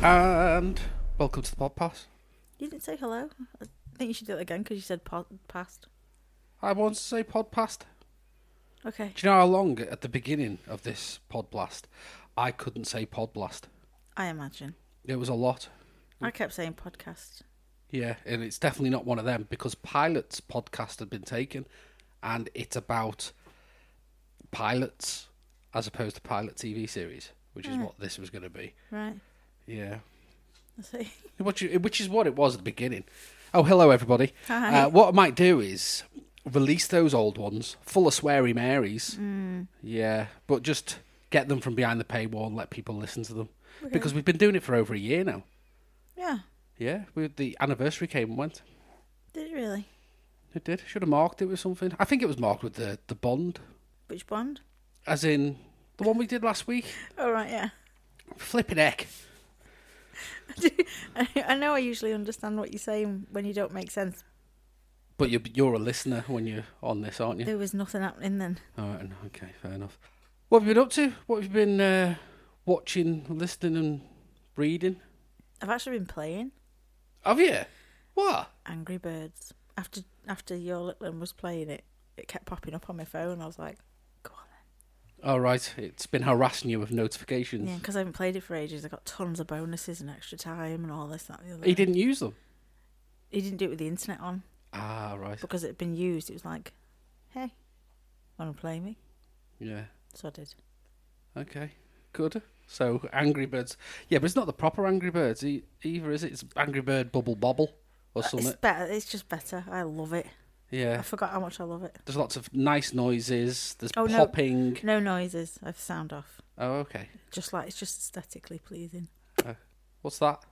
And welcome to the podcast. You didn't say hello. I think you should do it again because you said po- past. I want to say podcast. Okay. Do you know how long at the beginning of this podblast I couldn't say podblast? I imagine. It was a lot. I kept saying podcast. Yeah, and it's definitely not one of them because pilots podcast had been taken and it's about pilots as opposed to pilot TV series, which is what this was going to be. Right. Yeah. I see. Which, which is what it was at the beginning. Oh, hello, everybody. Hi. Uh, what I might do is release those old ones, full of sweary Marys. Yeah, but just get them from behind the paywall and let people listen to them. Because we've been doing it for over a year now. Yeah. Yeah, we, the anniversary came and went. Did it really? It did. Should have marked it with something. I think it was marked with the, the Bond, Which Bond? as in the one we did last week. Oh right, yeah. Flipping heck. I know. I usually understand what you're saying when you don't make sense. But you're, you're a listener when you're on this, aren't you? There was nothing happening then. All right, okay, fair enough. What have you been up to? What have you been uh, watching, listening, and reading? I've actually been playing Have you? What? Angry Birds. After after your little one was playing it, it kept popping up on my phone. I was like, go on All Oh, right, it's been harassing you with then. Yeah, notifications. because I haven't played it for ages. I got tons of bonuses and extra time and all this, that, and the other. He didn't use them. He didn't do it with the internet on. Ah, right. because it had been used, it was like, hey, want to play me? Yeah. So I did. Okay. Good. So Angry Birds. Yeah, but it's not the proper Angry Birds e- either, is it? It's Angry Bird Bubble Bobble or something. It's better. It's just better. I love it. I Yeah. forgot how much I love it. There's lots of nice noises. There's Oh, no. popping. No noises. I've sound off. Oh, okay. Just like it's just aesthetically pleasing. What's that?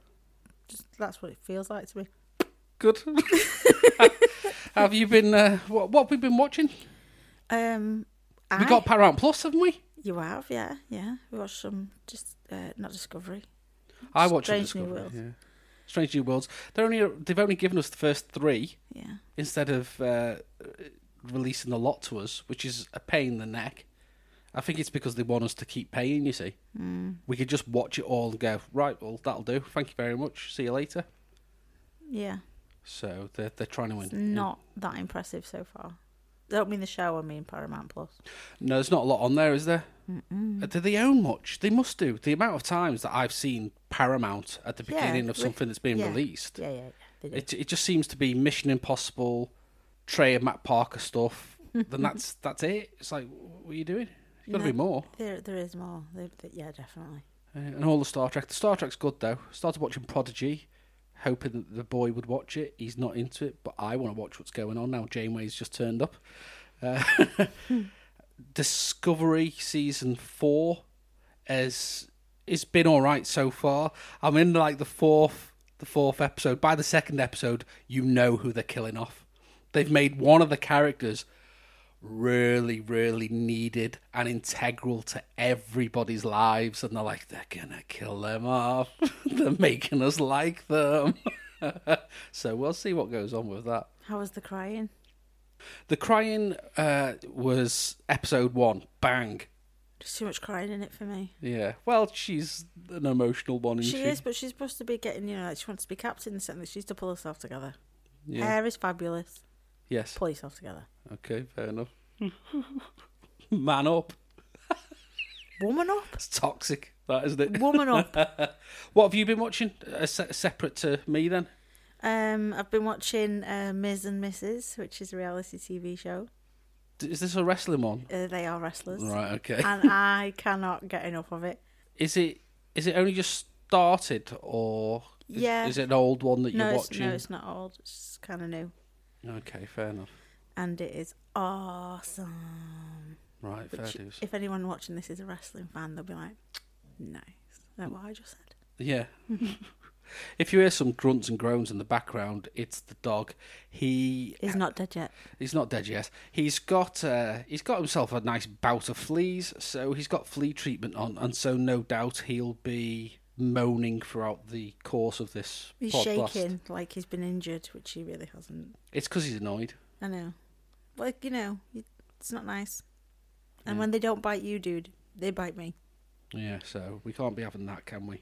Just that's what it feels like to me. Good. have you been? Uh, what, what have we been watching? Um, I, We got Paramount Plus, haven't we? you have, yeah, yeah. We watched some just uh, not Discovery. I watched Strange Discovery. New Worlds. yeah. Strange New Worlds. They're only they've only given us the first three Yeah, instead of uh, releasing a lot to us, which is a pain in the neck. I think it's because they want us to keep paying. You see, Hmm. mm. we could just watch it all and go right. Well, that'll do. Thank you very much. See you later. yeah. So they're they're trying to win. It's not that impressive so far. I don't mean the show. I mean Paramount Plus. No, there's not a lot on there, is there? Uh, Do they own much? They must do. The amount of times that I've seen Paramount at the Yeah, beginning of we- something that's been yeah. released, Yeah, yeah, yeah. They do. it it just seems to be Mission Impossible, Trey and Matt Parker stuff. then that's that's it. It's like, what are you doing? There's got to No. be more. There, there is more. There, there- yeah, definitely. Uh, and all the Star Trek. The Star Trek's good though. Started watching Prodigy, hoping that the boy would watch it. He's not into it, but I want to watch what's going on now. Janeway's just turned up. Uh, Discovery season four is it's been all right so far. I'm in like the fourth the fourth episode. By the second episode, you know who they're killing off. They've made one of the characters really, really needed and integral to everybody's lives, and they're like, they're gonna kill them off. they're making us like them. so we'll see what goes on with that. How was the crying? The crying uh, was episode one. Bang. There's too much crying in it for me. Yeah. Well, she's an emotional one, isn't She she? is, but she's supposed to be getting, you know, like she wants to be captain and something. She's to pull herself together. Yeah. Hair is fabulous. Yes. Pull yourself together. Okay, fair enough. Man up. Woman up. It's toxic, that isn't it? Woman up. what have you been watching? Uh, se- separate to me, then. Um, I've been watching uh, Ms. and Mrs., which is a reality TV show. D- Is this a wrestling one? Uh, they are wrestlers. Right. Okay. and I cannot get enough of it. Is it? Is it only just started, or is, Yeah. is it an old one that No you're it's, watching? no, it's not old. It's kind of new. Okay, fair enough. And it is awesome. Right, fair Which, dues. if anyone watching this is a wrestling fan, they'll be like, nice. Is that what I just said? Yeah. if you hear some grunts and groans in the background, it's the dog. He He's not dead yet. he's not dead yet. He's got uh, he's got himself a nice bout of fleas, so he's got flea treatment on, and so no doubt he'll be moaning throughout the course of this He's podcast. shaking like he's been injured, which he really hasn't. It's because he's annoyed. I know. Like, you know, you- it's not nice. And when they don't bite you, dude, they bite me. Yeah, so we can't be having that, can we?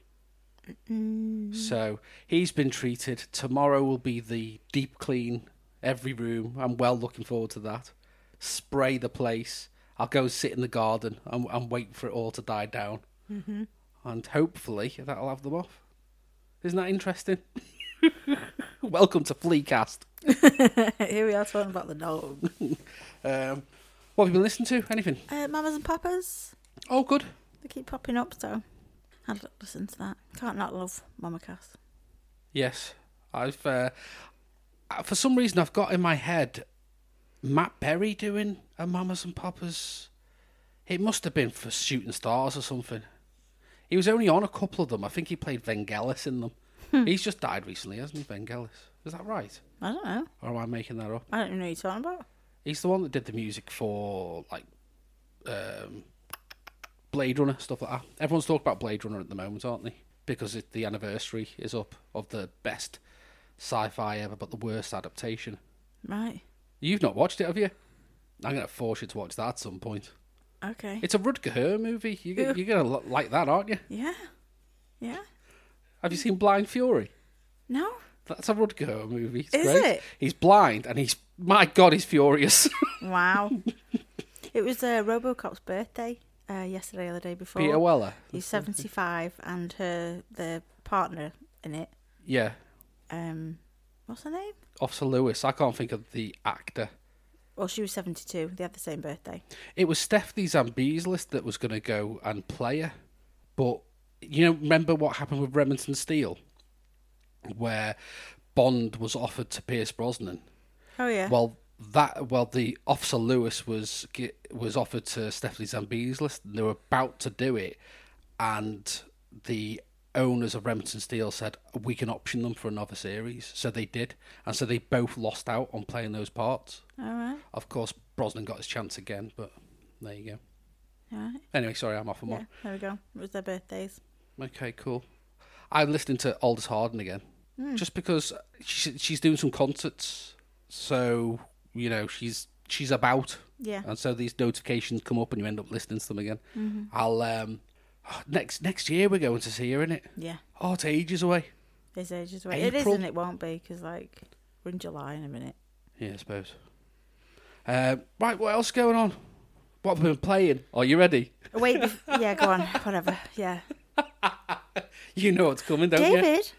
So he's been treated. Tomorrow will be the deep clean every room. I'm well looking forward to that. Spray the place. I'll go sit in the garden and, and wait for it all to die down. Mm-hmm. And hopefully that'll have them off. Isn't that interesting? Welcome to Fleacast. Here we are talking about the dog. Um, what have you been listening to? Anything? Uh, mamas and papas, Oh, good. they keep popping up, so I'd l- listen to that. Can't not love Mama Cass. Yes, I've. Uh, uh, for some reason, I've got in my head Matt Berry doing a Mamas and Papas. It must have been for Shooting Stars or something. He was only on a couple of them. I think he played Vangelis in them. He's just died recently, hasn't he, Vangelis? Is that right? I don't know. Or am I making that up? I don't even know who you're talking about. He's the one that did the music for like um, Blade Runner stuff like that. Everyone's talking about Blade Runner at the moment, aren't they? Because it, the anniversary is up of the best sci-fi ever, but the worst adaptation. Right. You've not watched it, have you? I'm gonna force you to watch that at some point. Okay. It's a Rutger Hauer movie. You, you're gonna li- like that, aren't you? yeah. Yeah. Have you seen Blind Fury? No. That's a Rutger Hauer movie. It's Is great. it? He's blind, and he's my god, he's furious. Wow. it was uh, Robocop's birthday uh, yesterday or the day before. Peter Weller. He's 75 and her the partner in it Yeah, um what's her name? Officer Lewis. I can't think of the actor. Well, she was 72. They had the same birthday. It was Stephanie Zambee's list that was going to go and play her, but you know, remember what happened with Remington Steele, where Bond was offered to Pierce Brosnan. Oh yeah. Well, that well, the Officer Lewis was ge- was offered to Stephanie Zambee's list, and they were about to do it, and the owners of Remington Steele said we can option them for another series, so they did, and so they both lost out on playing those parts. All right. Of course, Brosnan got his chance again, but there you go. All right. Anyway, sorry, I'm off on Yeah. one. There we go. It was their birthdays. Okay, cool. I'm listening to Aldous Harden again, Hmm. just because she's she's doing some concerts, so you know she's she's about, Yeah. and so these notifications come up, and you end up listening to them again. Mm-hmm. I'll um next next year we're going to see her in it. Yeah. Oh, it's ages away. It's ages away. It is April. and it won't be because like we're in July in a minute. Yeah, I suppose. Um, right, what else is going on? What have we been playing? Are you ready? Oh, wait. bef- yeah. Go on. Whatever. Yeah. You know what's coming, don't you? David,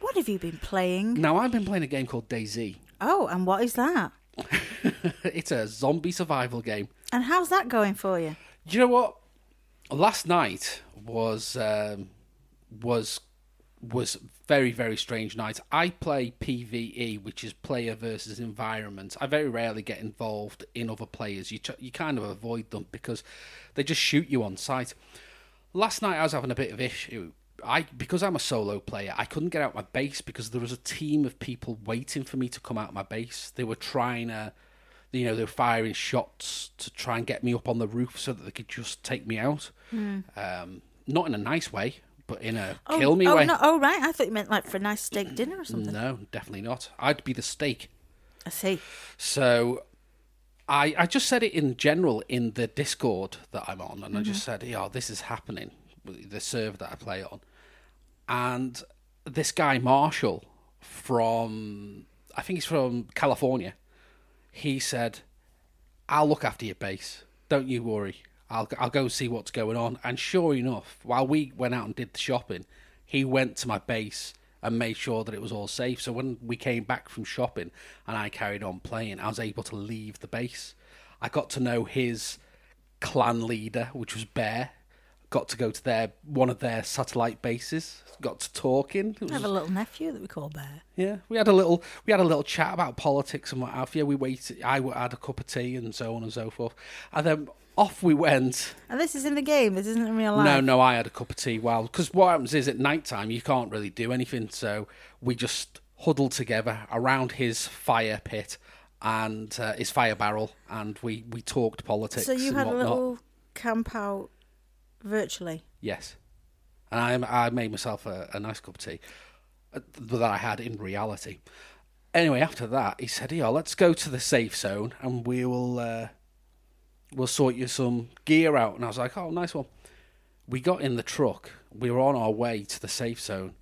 what have you been playing? Now I've been playing a game called DayZ. Oh, and what is that? it's a zombie survival game. And how's that going for you? Do you know what? Last night was um, was was very very strange night. I play PVE, which is player versus environment. I very rarely get involved in other players. You ch- you kind of avoid them because they just shoot you on sight. Last night I was having a bit of issue. I because I'm a solo player, I couldn't get out my base because there was a team of people waiting for me to come out my base. They were trying to you know, they were firing shots to try and get me up on the roof so that they could just take me out. Um, not in a nice way, but in a Hmm. Oh, kill me Mm. oh, way. No, oh, right. I thought you meant like for a nice steak dinner or something. no, definitely not. I'd be the steak. I see. So I I just said it in general in the Discord that I'm on, and I Mm-hmm. just said, "Yeah, this is happening." with The server that I play on, and this guy Marshall from I think he's from California. He said, "I'll look after your base. Don't you worry. I'll I'll go see what's going on. And sure enough, while we went out and did the shopping, he went to my base and made sure that it was all safe. So when we came back from shopping and I carried on playing, I was able to leave the base. I got to know his clan leader, which was Bear. Got to go to their one of their satellite bases. Got to talking. It I have a was- little nephew that we call Bear. yeah, we had a little we had a little chat about politics and what have you. We waited. I had a cup of tea and so on and so forth, and then off we went. And this is in the game. This isn't in real life. No, no, I had a cup of tea while because what happens is at night time you can't really do anything, so we just huddled together around his fire pit and uh, his fire barrel, and we we talked politics. So you and had a whatnot. little camp out virtually. Yes. And I, I made myself a, a nice cup of tea uh, that I had in reality. Anyway, after that, he said, yeah, let's go to the safe zone and we will uh, we'll sort you some gear out. And I was like, oh, nice one. We got in the truck. We were on our way to the safe zone.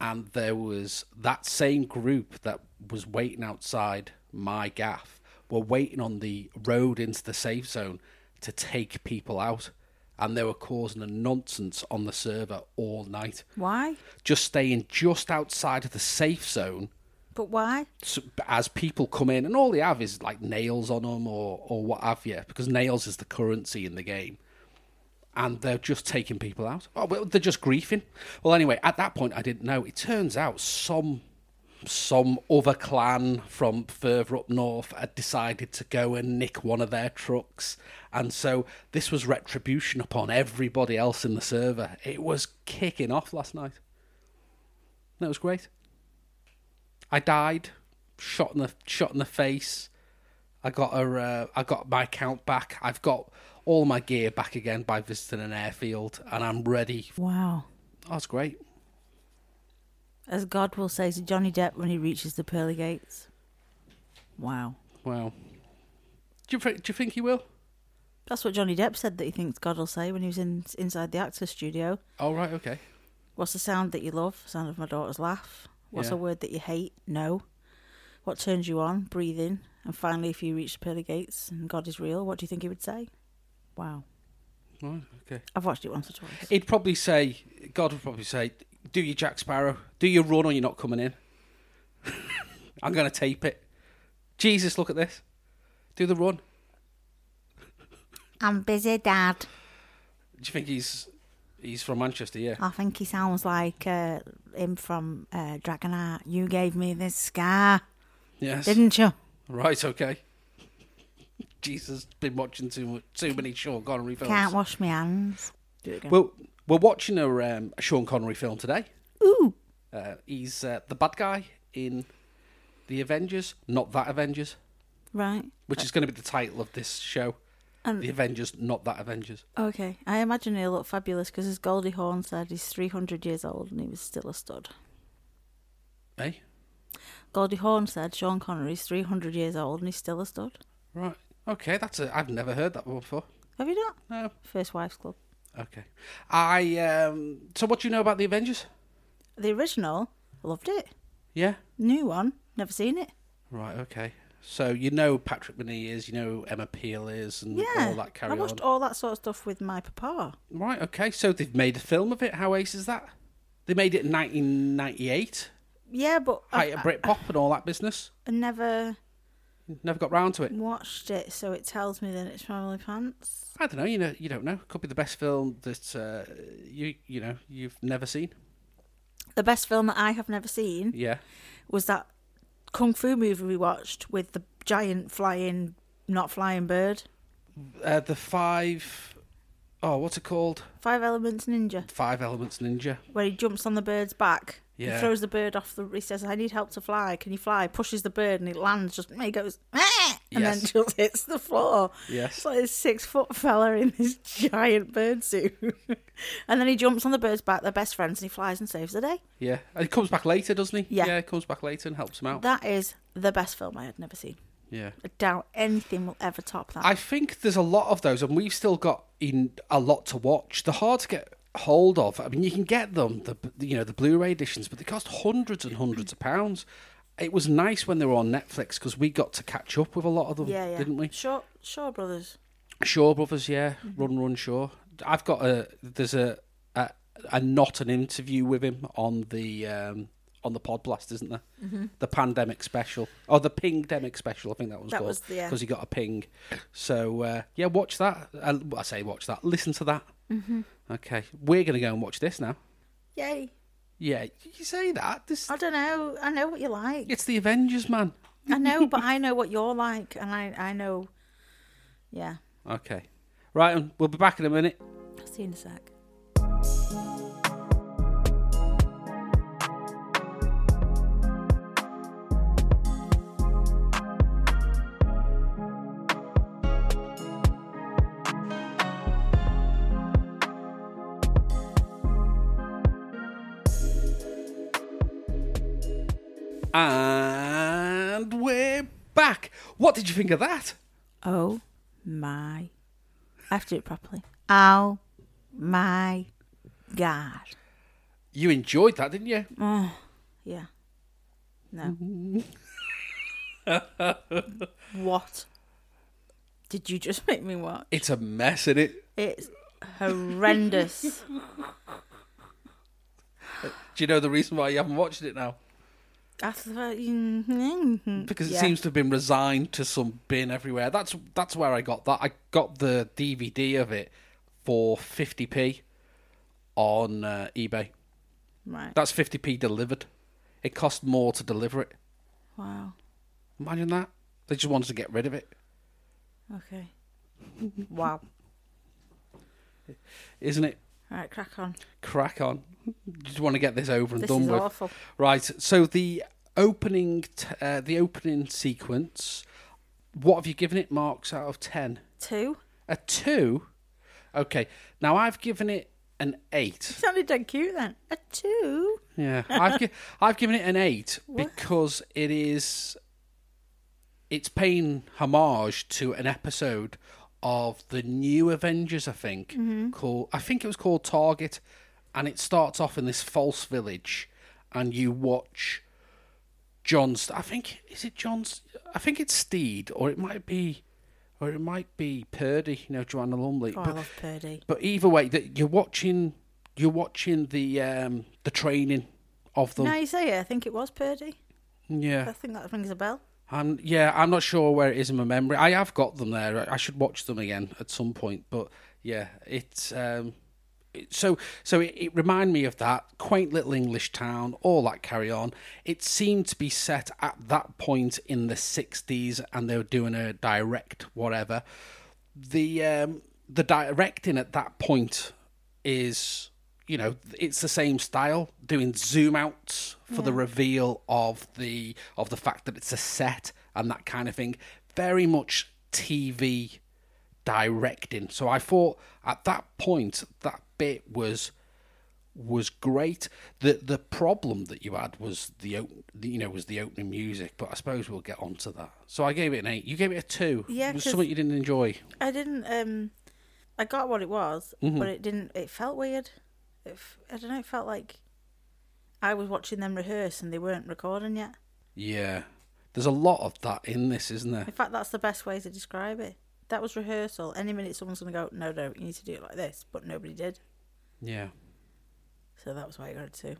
And there was that same group that was waiting outside my gaff were waiting on the road into the safe zone to take people out. And they were causing a nonsense on the server all night. Why? Just staying just outside of the safe zone But why? so, as people come in, and all they have is like nails on them or, or what have you, because nails is the currency in the game. And they're just taking people out. Oh, well, they're just griefing. Well, anyway, at that point, I didn't know. It turns out some some other clan from further up north had decided to go and nick one of their trucks, and so this was retribution upon everybody else in the server. It was kicking off last night. That was great. I died, shot in the shot in the face. I got a, uh, I got my account back. I've got all my gear back again by visiting an airfield, and I'm ready. Wow. Oh, that's great. As God will say to Johnny Depp when he reaches the pearly gates. Wow. Wow. Do you thi- do you think he will? That's what Johnny Depp said that he thinks God will say when he was in, inside the actor's studio. Oh right, okay. What's the sound that you love? Sound of my daughter's laugh. What's Yeah. a word that you hate? No. What turns you on? Breathing. And finally, if you reach the pearly gates and God is real, what do you think he would say? Wow. Right, okay. I've watched it once or twice. He'd probably say, God would probably say, "Do your Jack Sparrow, do your run, or you're not coming in." I'm going to tape it. Jesus, look at this. Do the run. I'm busy, Dad. Do you think he's he's from Manchester? Yeah. I think he sounds like uh, him from uh, Dragonheart. You gave me this scar, Yes. didn't you? Right, okay. Jesus, been watching too much, too many Sean Connery films. Can't wash my hands. Do it again. Well, we're watching a, um, a Sean Connery film today. Ooh. Uh, he's uh, the bad guy in the Avengers, not that Avengers, Right. which is going to be the title of this show. And- the Avengers, not that Avengers. Okay. I imagine he'll look fabulous because, as Goldie Hawn said, he's 300 years old and he was still a stud. Eh? Goldie Hawn said Sean Connery's 300 years old and he's still a stud. Right. Okay, that's a. I've never heard that one before. Have you not? No. First Wives Club. Okay. I. Um, so, what do you know about the Avengers? The original, loved it. Yeah. New one, never seen it. Right. Okay. So you know who Patrick Beneath is, you know who Emma Peel is, and Yeah. all that carry I watched on. all that sort of stuff with my papa. Right, okay. So they've made a film of it. How ace is that? They made it in 1998. Yeah, but Height I, of Britpop and all that business. I never Never got round Mm. to it. watched it, so it tells me that it's Family Pants. I don't know. You know, you don't know. Could be the best film that uh, you you know you've never seen. The best film that I have never seen Yeah. was that kung fu movie we watched with the giant flying, not flying bird. Uh, the five oh what's it called? Five Elements Ninja, Five Elements Ninja. where he jumps on the bird's back. Yeah. He throws the bird off the. He says, "I need help to fly. Can you fly?" Pushes the bird and it lands. Just and he goes, "Ah!" and then Yes. just hits the floor. Yes. It's like this six foot fella in this giant bird suit, and then he jumps on the bird's back. They're best friends, and he flies and saves the day. Yeah. And he comes back later, doesn't he? Yeah. Yeah. He comes back later and helps him out. That is the best film I had never seen. yeah. I doubt anything will ever top that. I think there's a lot of those, and we've still got in a lot to watch. They're hard to get hold of. I mean, you can get them, the you know the Blu-ray editions, but they cost hundreds and hundreds of pounds. It was nice when they were on Netflix because we got to catch up with a lot of them, yeah, yeah. didn't we? Shaw, Shaw Brothers. Shaw Brothers, yeah, Mm-hmm. Run Run Shaw. I've got a there's a a, a not an interview with him on the um, on the pod blast, isn't there? Mm-hmm. The pandemic special or the pingdemic special, I think that was That called was the- yeah. he got a ping. So uh, yeah, watch that. Uh, I say watch that. Listen to that. Mm-hmm. Okay, we're gonna go and watch this now. Yay. Yeah, you say that. This I don't know. I know what you like. it's the Avengers, man. I know, but I know what you're like, and I, I know. Yeah. Okay, right, and we'll be back in a minute. I'll see you in a sec. And we're back. What did you think of that? Oh my. I have to do it properly. Oh my God. You enjoyed that, didn't you? Oh, yeah. No. what did you just make me watch? It's a mess, isn't it? It's horrendous. Do you know the reason why you haven't watched it now? That's the- Because it Yeah. seems to have been resigned to some bin everywhere. That's that's where I got that. I got the DVD of it for 50p on uh, eBay. right. That's 50p delivered. It cost more to deliver it. Wow. Imagine that. They just wanted to get rid of it. Okay. Wow. Isn't it? All right, crack on. crack on. Just want to get this over and This done is with. awful. Right. So the opening, t- uh, the opening sequence. What have you given it? Marks out of ten. Two. A two. Okay. Now I've given it an eight. Sounded dead cute then. A two. Yeah. I've gi- I've given it an eight because it is. It's paying homage to an episode of the new Avengers, I think. Mm-hmm. Called I think it was called Target, and it starts off in this false village, and you watch John's. I think is it John's. I think it's Steed, or it might be, or it might be Purdy. You know, Joanna Lumley. Oh, I But- love Purdy. but either way, that you're watching, you're watching the um, the training of them. Now you say it, I think it was Purdy. I Yeah, think that rings a bell. I'm yeah, I'm not sure where it is in my memory. I have got them there. I I should watch them again at some point. But yeah, it's um, it, so so. It, it reminded me of that quaint little English town, all that carry on. It seemed to be set at that point in the '60s, and they were doing a direct whatever. The um, the directing at that point is you know it's the same style doing zoom outs for the reveal of the of the fact that it's a set and that kind of thing very much tv directing so i thought at that point that bit was was great the the problem that you had was the op- the- you know was the opening music but i suppose we'll get onto that so i gave it an 8 you gave it a 2 Yeah, it was 'cause- something you didn't enjoy I didn't. um I got what it was, Mm-hmm. but it didn't. It felt weird. It, f- I don't know. It felt like I was watching them rehearse and they weren't recording yet. yeah there's a lot of that in this isn't there In fact, that's the best way to describe it. That was rehearsal. Any minute, someone's going to go, "No, no, you need to do it like this," but nobody did. yeah So that was why I got it too.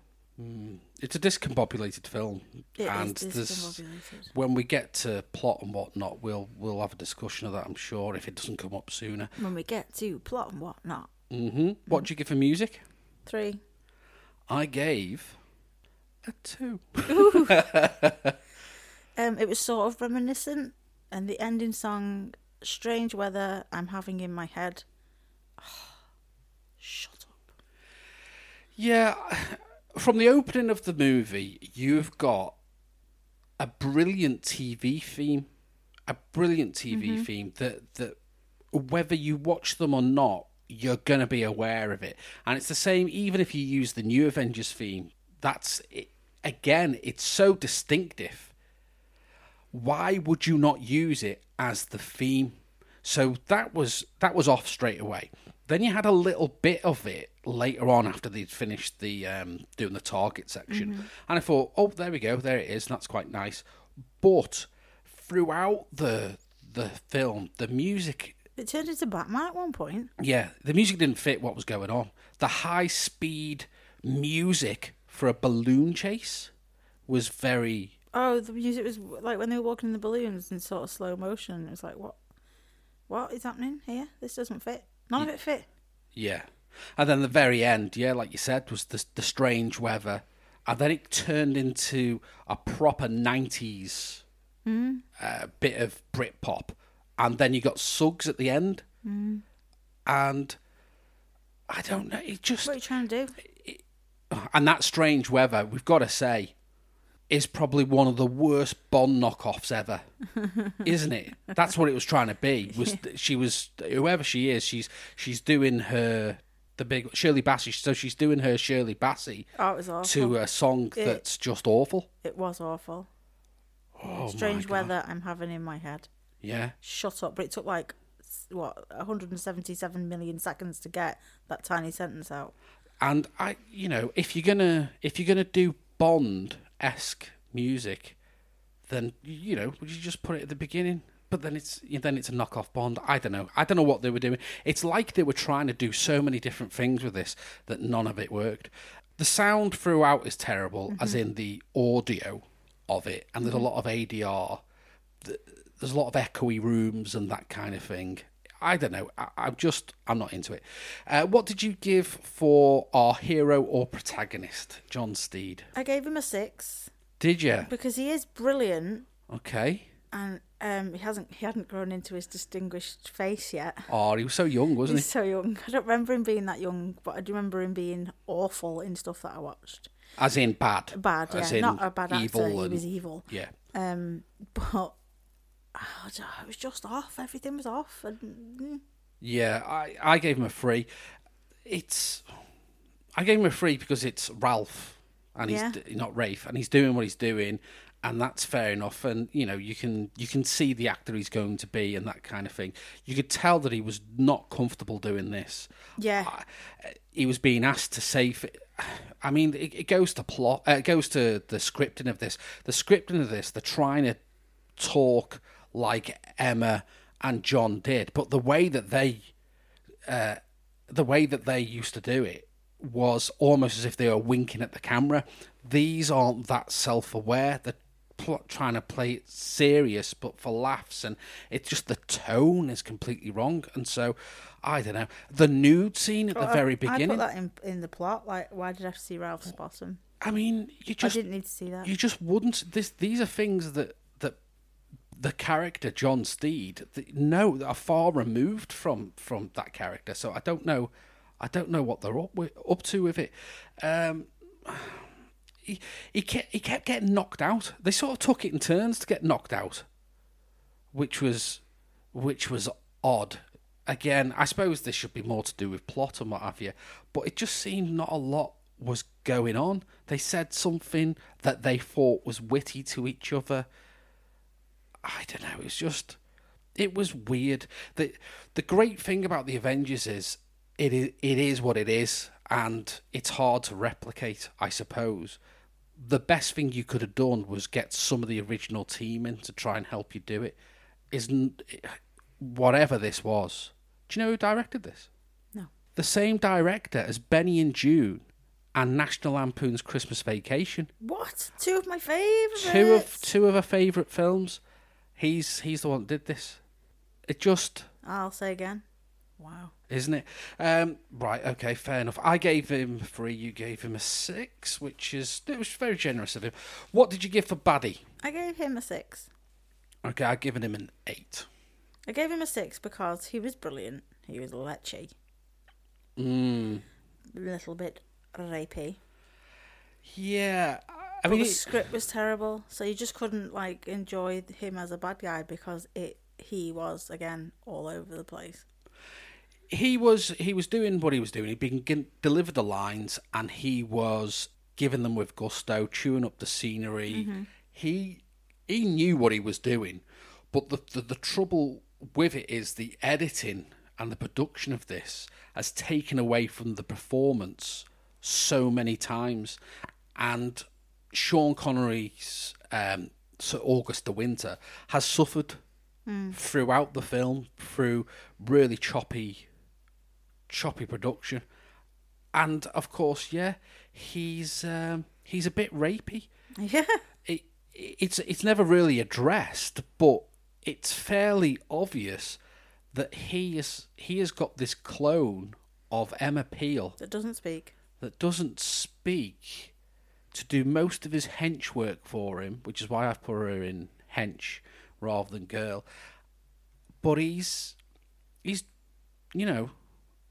it's a discombobulated film, It is and there's discombobulated. when we get to plot and whatnot, we'll we'll have a discussion of that. I'm sure if it doesn't come up sooner. When we get to plot and whatnot, hmm What do you give for music? three. I gave a two. Um, it was sort of reminiscent, and the ending song, "Strange Weather," I'm having in my head. shut up! Yeah, from the opening of the movie, you've got a brilliant TV theme, a brilliant TV theme that that whether you watch them or not, you're gonna be aware of it. And it's the same even if you use the new Avengers theme. That's it. again, it's so distinctive. Why would you not use it as the theme? So that was that was off straight away. Then you had a little bit of it later on after they'd finished the um, doing the target section, and I thought, oh, there we go, there it is. That's quite nice. But throughout the the film, the music It turned into Batman at one point. Yeah, the music didn't fit what was going on. The high speed music for a balloon chase was very Oh, the music was like when they were walking in the balloons in sort of slow motion. It was like, what, what is happening here? This doesn't fit. None of it fit. yeah. And then the very end, yeah, like you said, was the the strange weather, and then it turned into a proper nineties uh, bit of Britpop, and then you got Suggs at the end, and I don't know, it just What are you trying to do? and that strange weather, we've got to say, is probably one of the worst Bond knockoffs ever, isn't it? That's what it was trying to be. Was she was whoever she is, she's she's doing her the big Shirley Bassey. So she's doing her Shirley Bassey Oh, it was awful. to uh, a song It- that's just awful. It was awful. Oh Strange my God. weather I'm having in my head. Yeah, Shut up. But it took like s- what 177 million seconds to get that tiny sentence out. and I, you know, if you're gonna if you're gonna do Bond esque music, then you know, would you just put it at the beginning? But then it's then it's a knockoff Bond. I don't know. I don't know what they were doing. It's like they were trying to do so many different things with this that none of it worked. The sound throughout is terrible, as in the audio of it, and there's a lot of ADR. Th- There's a lot of echoey rooms and that kind of thing. I don't know. I, I'm just I'm not into it. Uh, what did you give for our hero or protagonist, John Steed? I gave him a six Did you? because he is brilliant Okay. and um, he hasn't he hadn't grown into his distinguished face yet. Oh, he was so young, wasn't He's he? so young. I don't remember him being that young, but I do remember him being awful in stuff that I watched. As in bad. Bad, As yeah, in not a bad actor. evil He and- was e- evil. Yeah. Um, but oh, d- it was just off. Everything was off. And, mm. Yeah, I, I gave him a free. It's I gave him a free because it's Ralph and he's Yeah. d- not Rafe and he's doing what he's doing and that's fair enough and you know you can you can see the actor he's going to be and that kind of thing. You could tell that he was not comfortable doing this. yeah, I- he was being asked to say. f- I mean, it, it goes to plot. Uh, it goes to the scripting of this. The scripting of this. They're trying to talk like Emma and John did, but the way that they, uh, the way that they used to do it was almost as if they were winking at the camera. These aren't that self-aware. They're pl- trying to play it serious, but for laughs, and it's just the tone is completely wrong. And so, I don't know. The nude scene at the But I- very I put beginning. that in in the plot. Like, why did I have to see Ralph's bottom? I mean, you just I didn't need to see that. you just wouldn't. This these are things that that the character John Steed th no that are far removed from from that character. So I don't know, I don't know what they're up with, up to with it. Um, he he kept he kept getting knocked out. They sort of took it in turns to get knocked out, which was which was odd. Again, I suppose this should be more to do with plot and what have you, but it just seemed not a lot was going on. They said something that they thought was witty to each other. I don't know. It was just, it was weird. the The great thing about the Avengers is it is it is what it is, and it's hard to replicate. I suppose the best thing you could have done was get some of the original team in to try and help you do it. Isn't whatever this was? Do you know who directed this? No. The same director as Benny and June and National Lampoon's Christmas Vacation What? Two of my favorites. two of two of her favourite films. He's he's the one that did this. It just I'll say again. Wow. isn't it? Um, right, okay, fair enough. I gave him three. You gave him a six, which is it was very generous of him. What did you give for Buddy? I gave him a six. Okay, I've given him an eight. I gave him a six because he was brilliant. He was lechy, Mm. a little bit rapey. Yeah, I But mean, the it- script was terrible, so you just couldn't like enjoy him as a bad guy because it he was again all over the place. he was he was doing what he was doing. He'd been g- delivered the lines, and he was giving them with gusto, chewing up the scenery. He he knew what he was doing, but the, the the trouble with it is the editing and the production of this has taken away from the performance so many times, and Sean Connery's um, Sir August de Winter has suffered throughout the film through really choppy, choppy production, and of course, yeah, he's um, he's a bit rapey. Yeah. It, it's it's never really addressed, but it's fairly obvious that he is he has got this clone of Emma Peel That doesn't speak. that doesn't speak to do most of his hench work for him, which is why I've put her in hench rather than girl. But he's he's you know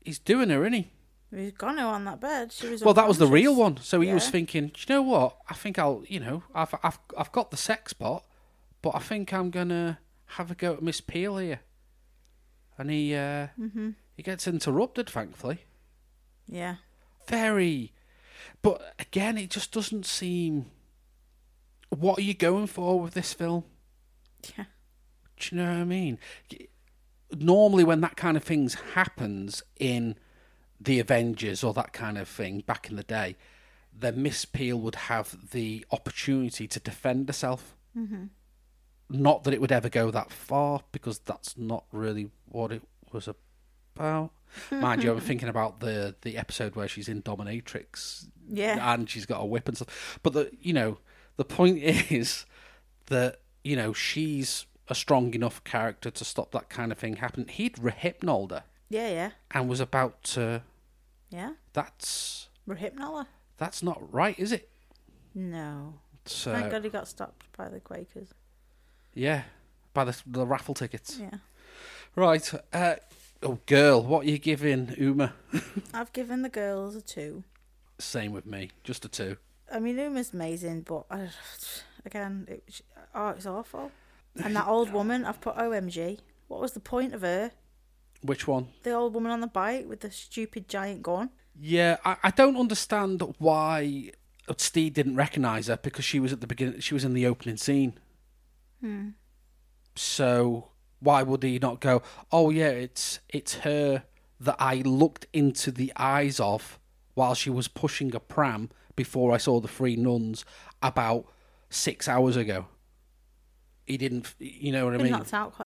he's doing her, isn't he? He's gone on that bed. She was Well, that was the real one. unconscious. So he was Yeah. thinking, do you know what? I think I'll, you know, I've I've I've got the sex bot, but I think I'm gonna have a go at Miss Peel here. And he uh, he gets interrupted, thankfully. Yeah. Very, but again, it just doesn't seem. What are you going for with this film? Yeah. Do you know what I mean? Normally, when that kind of things happens in the Avengers or that kind of thing back in the day, then Miss Peel would have the opportunity to defend herself. Mm-hmm. Not that it would ever go that far, because that's not really what it was about. Mind you, I'm thinking about the the episode where she's in Dominatrix Yeah. and she's got a whip and stuff. But the you know the point is that you know she's a strong enough character to stop that kind of thing happening. He'd rehypnoled her Yeah, yeah. and was about to. Yeah. That's We're hypnola. that's not right, is it? No. So Thank God he got stopped by the Quakers. yeah, by the the raffle tickets. Yeah. Right. Uh, oh, girl, what are you giving Uma? I've given the girls a two. Same with me, just a two. I mean, Uma's amazing, but I, again, it, she, oh, it's awful. And that old woman, I've put OMG. What was the point of her? Which one? The old woman on the bike with the stupid giant gun. Yeah, I, I don't understand why Steed didn't recognise her because she was at the beginning. She was in the opening scene. So why would he not go? Oh yeah, it's it's her that I looked into the eyes of while she was pushing a pram before I saw the three nuns about six hours ago. He didn't, f- you know what I Been mean? knocked out. quite-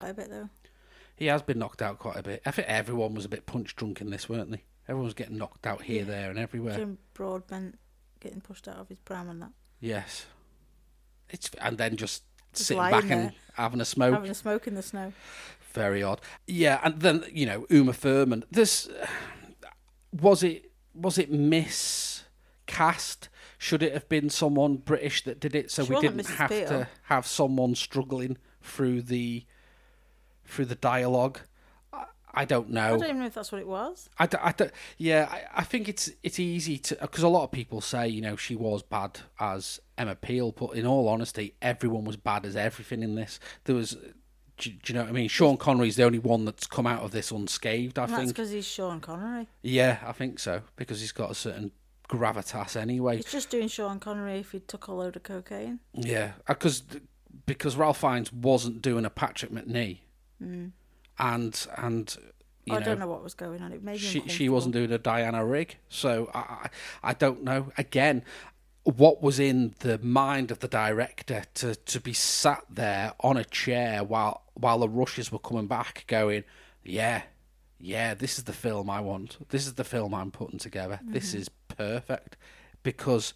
Quite a bit though. He has been knocked out quite a bit. I think everyone was a bit punch drunk in this, weren't they? Everyone was getting knocked out here, there, and everywhere. Jim Broadbent getting pushed out of his pram and that. Yes. It's and then just, Just sitting lying back there. and having a smoke. Having a smoke in the snow. Very odd. Yeah, and then you know Uma Thurman. This was it. Was it miscast? Should it have been someone British that did it, so She we wasn't didn't Mrs. have Beale. to have someone struggling through the through the dialogue? I, I don't know. I don't even know if that's what it was. I, don't- I don't- yeah, I, I think it's it's easy to because a lot of people say you know she was bad as Emma Peel, but in all honesty, everyone was bad as everything in this. There was, do, do you know what I mean? Sean Connery's the only one that's come out of this unscathed. I And that's think. because he's Sean Connery. Yeah, I think so because he's got a certain gravitas anyway. He's just doing Sean Connery if he took a load of cocaine. Yeah, because uh, because Ralph Fiennes wasn't doing a Patrick McNee, and and you I know, don't know what was going on. It made me she she uncomfortable. wasn't doing a Diana rig, so I, I I don't know. Again, what was in the mind of the director to to be sat there on a chair while while the rushes were coming back, going, yeah, yeah, this is the film I want. This is the film I'm putting together. This is perfect because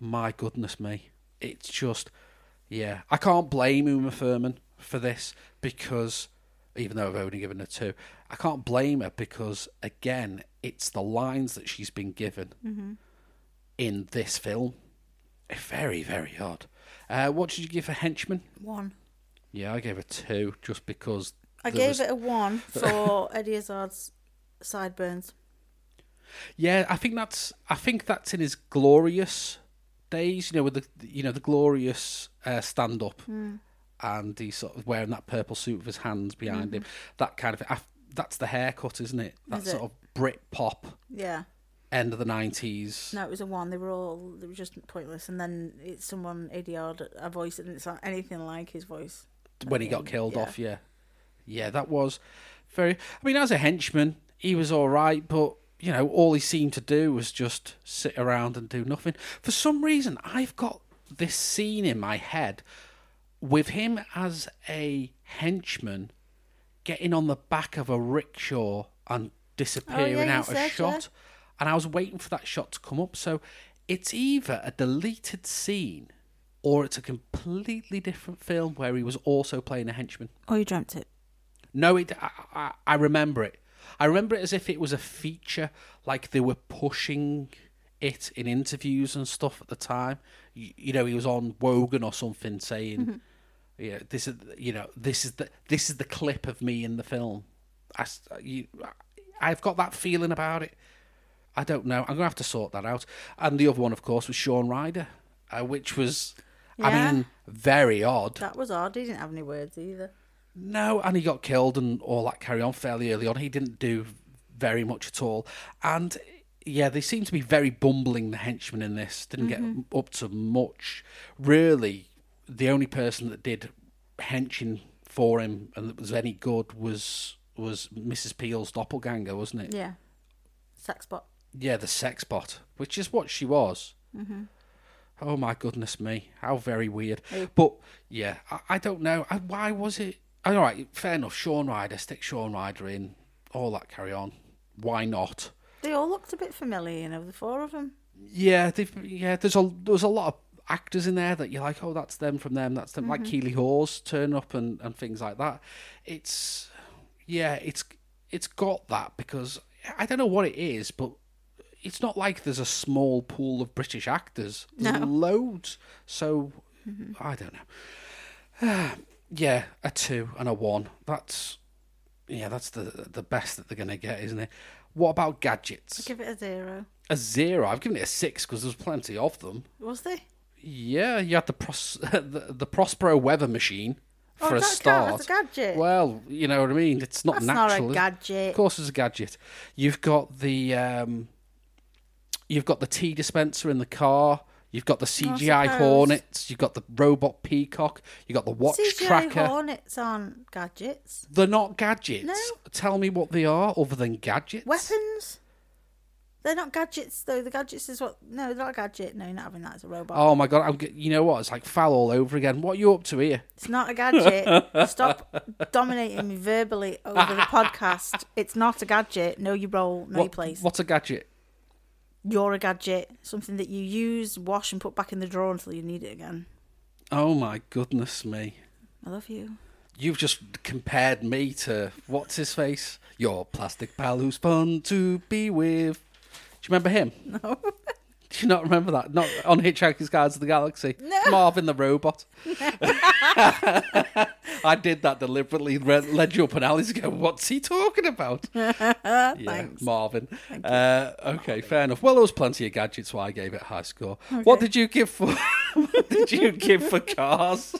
my goodness me, it's just yeah. I can't blame Uma Thurman for this because even though I've only given her two, I can't blame her because again, it's the lines that she's been given Mm-hmm. in this film. Very, very odd. Uh, what did you give for Henchman? one. Yeah, I gave her two just because I there gave was- it a one for Eddie Izzard's sideburns. Yeah, I think that's I think that's in his glorious days, you know, with the you know the glorious uh, stand up, Hmm. and he's sort of wearing that purple suit with his hands behind him, that kind of. I, that's the haircut, isn't it? That Mm-hmm. Is it? sort of Brit pop Yeah. end of the nineties. No, it was a one. They were all they were just pointless. And then it's someone idiotic a voice that didn't sound anything like his voice. when he got killed off. Yeah, yeah, that was very. I mean, as a henchman, he was all right, but you know, all he seemed to do was just sit around and do nothing. For some reason, I've got this scene in my head with him as a henchman getting on the back of a rickshaw and disappearing you out said, of shot. And I was waiting for that shot to come up. So it's either a deleted scene or it's a completely different film where he was also playing a henchman. Oh, you dreamt it. No, it, I, I, I remember it. I remember it as if it was a feature, like they were pushing it in interviews and stuff at the time. You, you know, he was on Wogan or something saying, "Yeah, this is you know this is the this is the clip of me in the film." I, s- uh, you, I've got that feeling about it. I don't know. I'm gonna have to sort that out. And the other one, of course, was Sean Ryder, uh, which was, Yeah. I mean, very odd. That was odd. He didn't have any words either. No, and he got killed and all that carry on fairly early on. He didn't do very much at all. And yeah, they seem to be very bumbling, the henchmen in this. Didn't get up to much. Really, the only person that did henching for him and that was any good was was Mrs. Peel's doppelganger, wasn't it? Yeah. Sex bot. Yeah, the sex bot, which is what she was. Mm-hmm. Oh my goodness me, how very weird. But yeah, I, I don't know. I, why was it? All right, fair enough. Sean Ryder, stick Sean Ryder in, all that carry on. Why not? They all looked a bit familiar, you know, the four of them. Yeah, they've, yeah. There's a there's a lot of actors in there that you're like, oh, that's them from them, that's them. Like Keely Hawes turn up and and things like that. It's yeah, it's it's got that because I don't know what it is, but it's not like there's a small pool of British actors. There's loads. So I don't know. yeah, a two and a one. That's yeah, that's the the best that they're gonna get, isn't it? What about gadgets? Give it a zero. a zero. I've given it a six because there's plenty of them. Was they? Yeah, you had the pros- the, the Prospero weather machine Oh, for a does that start. count as a gadget? Well, you know what I mean. It's not That's not a natural. is it? gadget. Of course, it's a gadget. You've got the um, you've got the tea dispenser in the car. You've got the CGI Oh, suppose. hornets. You've got the robot peacock. You've got the watch CGI tracker. hornets on gadgets. They're not gadgets. No. Tell me what they are other than gadgets. Weapons. They're not gadgets though. The gadgets is what no, they're not a gadget. No, you're not having that as a robot. Oh my god! I'm, g- you know what? It's like foul all over again. What are you up to here? It's not a gadget. Stop dominating me verbally over the podcast. It's not a gadget. Know your role, know your What, place. what's a gadget? You're a gadget. Something that you use, wash, and put back in the drawer until you need it again. Oh my goodness me. I love you. You've just compared me to what's his face? Your plastic pal who's fun to be with. Do you remember him? No. Do you not remember that? Not on Hitchhiker's Guide to the Galaxy. No. Marvin the robot. I did that deliberately. Read, led you up an alley to go. What's he talking about? yeah, Marvin. Uh, okay, fair enough. Well, there was plenty of gadgets, so I gave it a high score. What did you give for? what did you give for cars?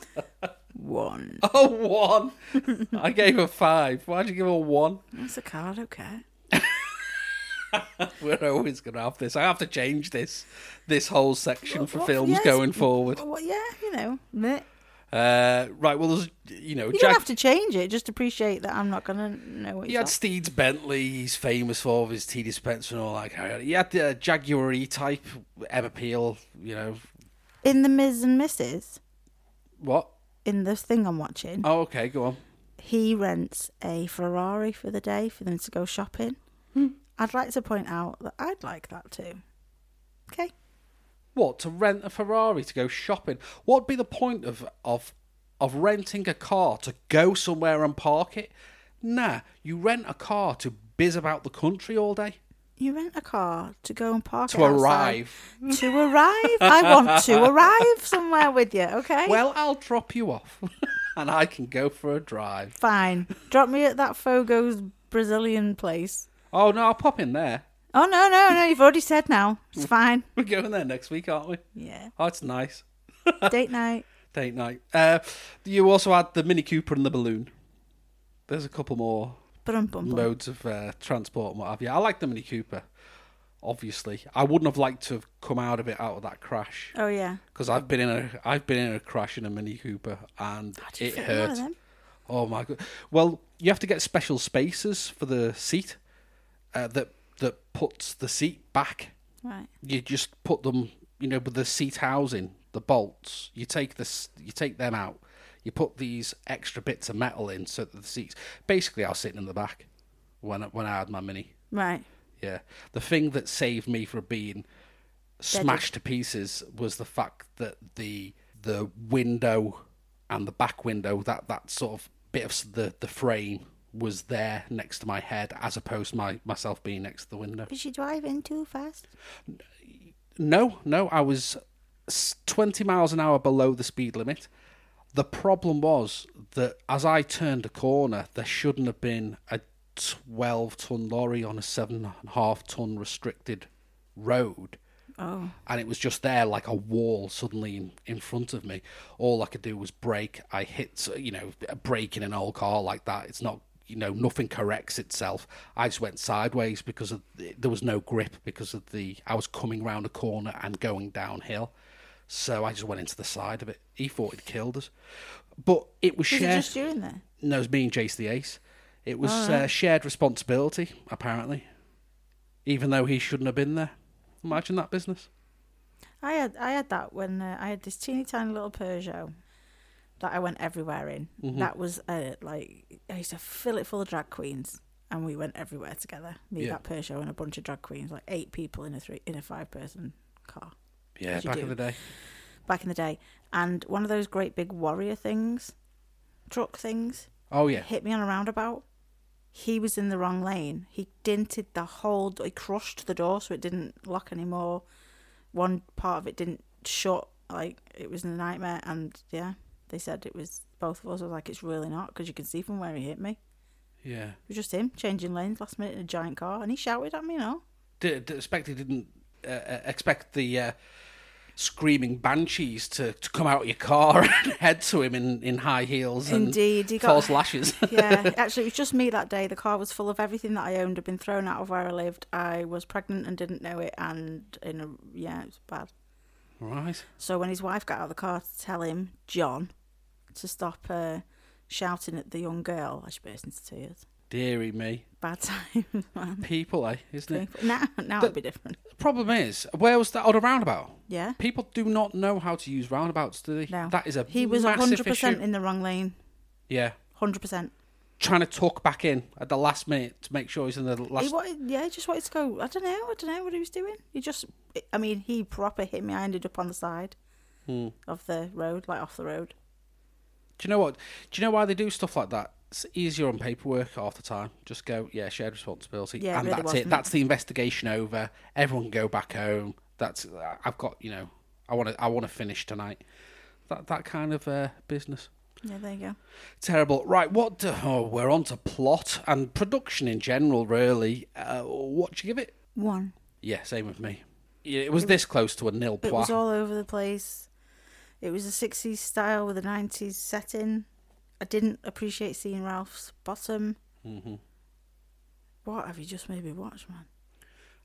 One. A one. I gave a five. Why'd you give a one? That's a car. I don't care. We're always going to have this. I have to change this this whole section for What- films yes, going forward. Well, yeah, you know. Meh. Uh, right. Well, there's you know You don't Jack. have to change it. Just appreciate that I'm not going to know what He you had Steeds Bentley. He's famous for his tea dispenser and all that. Kind of. He had the Jaguar E type, Emma Peel. You know In the Ms. and Mrs., what? in this thing I'm watching, Oh, okay. Go on. he rents a Ferrari for the day for them to go shopping. I'd like to point out that I'd like that too. Okay. What to rent a Ferrari to go shopping? What'd be the point of of of renting a car to go somewhere and park it? Nah, you rent a car to biz about the country all day. You rent a car to go and park To it outside. arrive. To arrive. I want to arrive somewhere with you, okay? Well, I'll drop you off, and I can go for a drive. Fine. Drop me at that Fogo's Brazilian place. Oh no, I'll pop in there. Oh, no, no, no. You've already said now. Mm. It's fine. We're going there next week, aren't we? Yeah. Oh, it's nice. Date night. Date night. Uh, you also had the Mini Cooper and the balloon. There's a couple more But I'm bum. bum. loads of uh, transport and what have you. I like the Mini Cooper, obviously. I wouldn't have liked to have come out of it out of that crash Oh, yeah. because I've been in a I've been in a crash in a Mini Cooper and did you it fit in one of hurt. them? Oh my god! Well, you have to get special spaces for the seat uh, that that puts the seat back Right. you just put them, you know, with the seat housing, the bolts. You take this, you take them out. You put these extra bits of metal in so that the seats. Basically, I was sitting in the back when I- when I had my mini. Right. Yeah, the thing that saved me from being smashed to pieces was the fact that the the window and the back window that that sort of bit of s- the the frame was there next to my head as opposed to my myself being next to the window. Is she driving too fast? No, no, I was s- 20 miles an hour below the speed limit. The problem was that as I turned a corner, there shouldn't have been a 12 ton lorry on a 7.5 ton restricted road. Oh. And it was just there like a wall suddenly in, in front of me. All I could do was brake. I hit, you know, a brake in an old car like that. It's not, you know, nothing corrects itself. I just went sideways because of the, there was no grip because of the. I was coming round a corner and going downhill. So I just went into the side of it. He thought it killed us. But it was Is shared. it just you Oh. in there? No, it was me and Jace the Ace. It was uh, shared responsibility, apparently, even though he shouldn't have been there. Imagine that business. I had I had that when uh, I had this teeny tiny little Peugeot that I went everywhere in. Mm-hmm. That was uh, like I used to fill it full of drag queens, and we went everywhere together. Me, Yeah. that Peugeot, and a bunch of drag queens, like eight people in a three in a five person car Yeah, As you back do. in the day. back in the day. And one of those great big warrior things, truck things, Oh yeah, hit me on a roundabout. He was in the wrong lane. He dented the whole. He crushed the door so it didn't lock anymore. One part of it didn't shut. Like it was a nightmare. And yeah, they said it was both of us. I was like, it's really not because you can see from where he hit me. yeah. It was just him changing lanes last minute in a giant car, and he shouted at me. No, D- d- expect he didn't uh, uh, expect the uh, screaming banshees to, to come out of your car and head to him in, in high heels and Indeed, he got- false lashes. yeah. Actually, it was just me that day. The car was full of everything that I owned had been thrown out of where I lived. I was pregnant and didn't know it, and in a yeah, it was bad. right. So when his wife got out of the car to tell him, John, to stop uh, shouting at the young girl, I just burst into tears. Deary me. Bad time, man. People, eh? Isn't it? Now, now it'd be different. The problem is, where was that on a roundabout? Yeah. People do not know how to use roundabouts, do they? No. That is a He was massive 100% issue. in the wrong lane. Yeah. 100%. Trying to tuck back in at the last minute to make sure he's in the He last. wanted, yeah, he just wanted to go. I don't know. I don't know what he was doing. He just, I mean, he proper hit me. I ended up on the side Hmm. of the road, like off the road. Do you know what? Do you know why they do stuff like that? It's easier on paperwork half the time. Just go, yeah, shared responsibility, Yeah, it and really that's it. wasn't. That's the investigation over. Everyone can go back home. That's I've got. You know, I want to. I want to finish tonight. That that kind of uh, business. Yeah, there you go. Terrible. Right, what? Do, oh, we're on to plot and production in general. Really, uh, what do you give it? One. Yeah, same with me. Yeah, it was this close to a nil. It plat. was all over the place. It was a 60s style with a 90s setting. I didn't appreciate seeing Ralph's bottom. Mm-hmm. What have you just made me watch, man?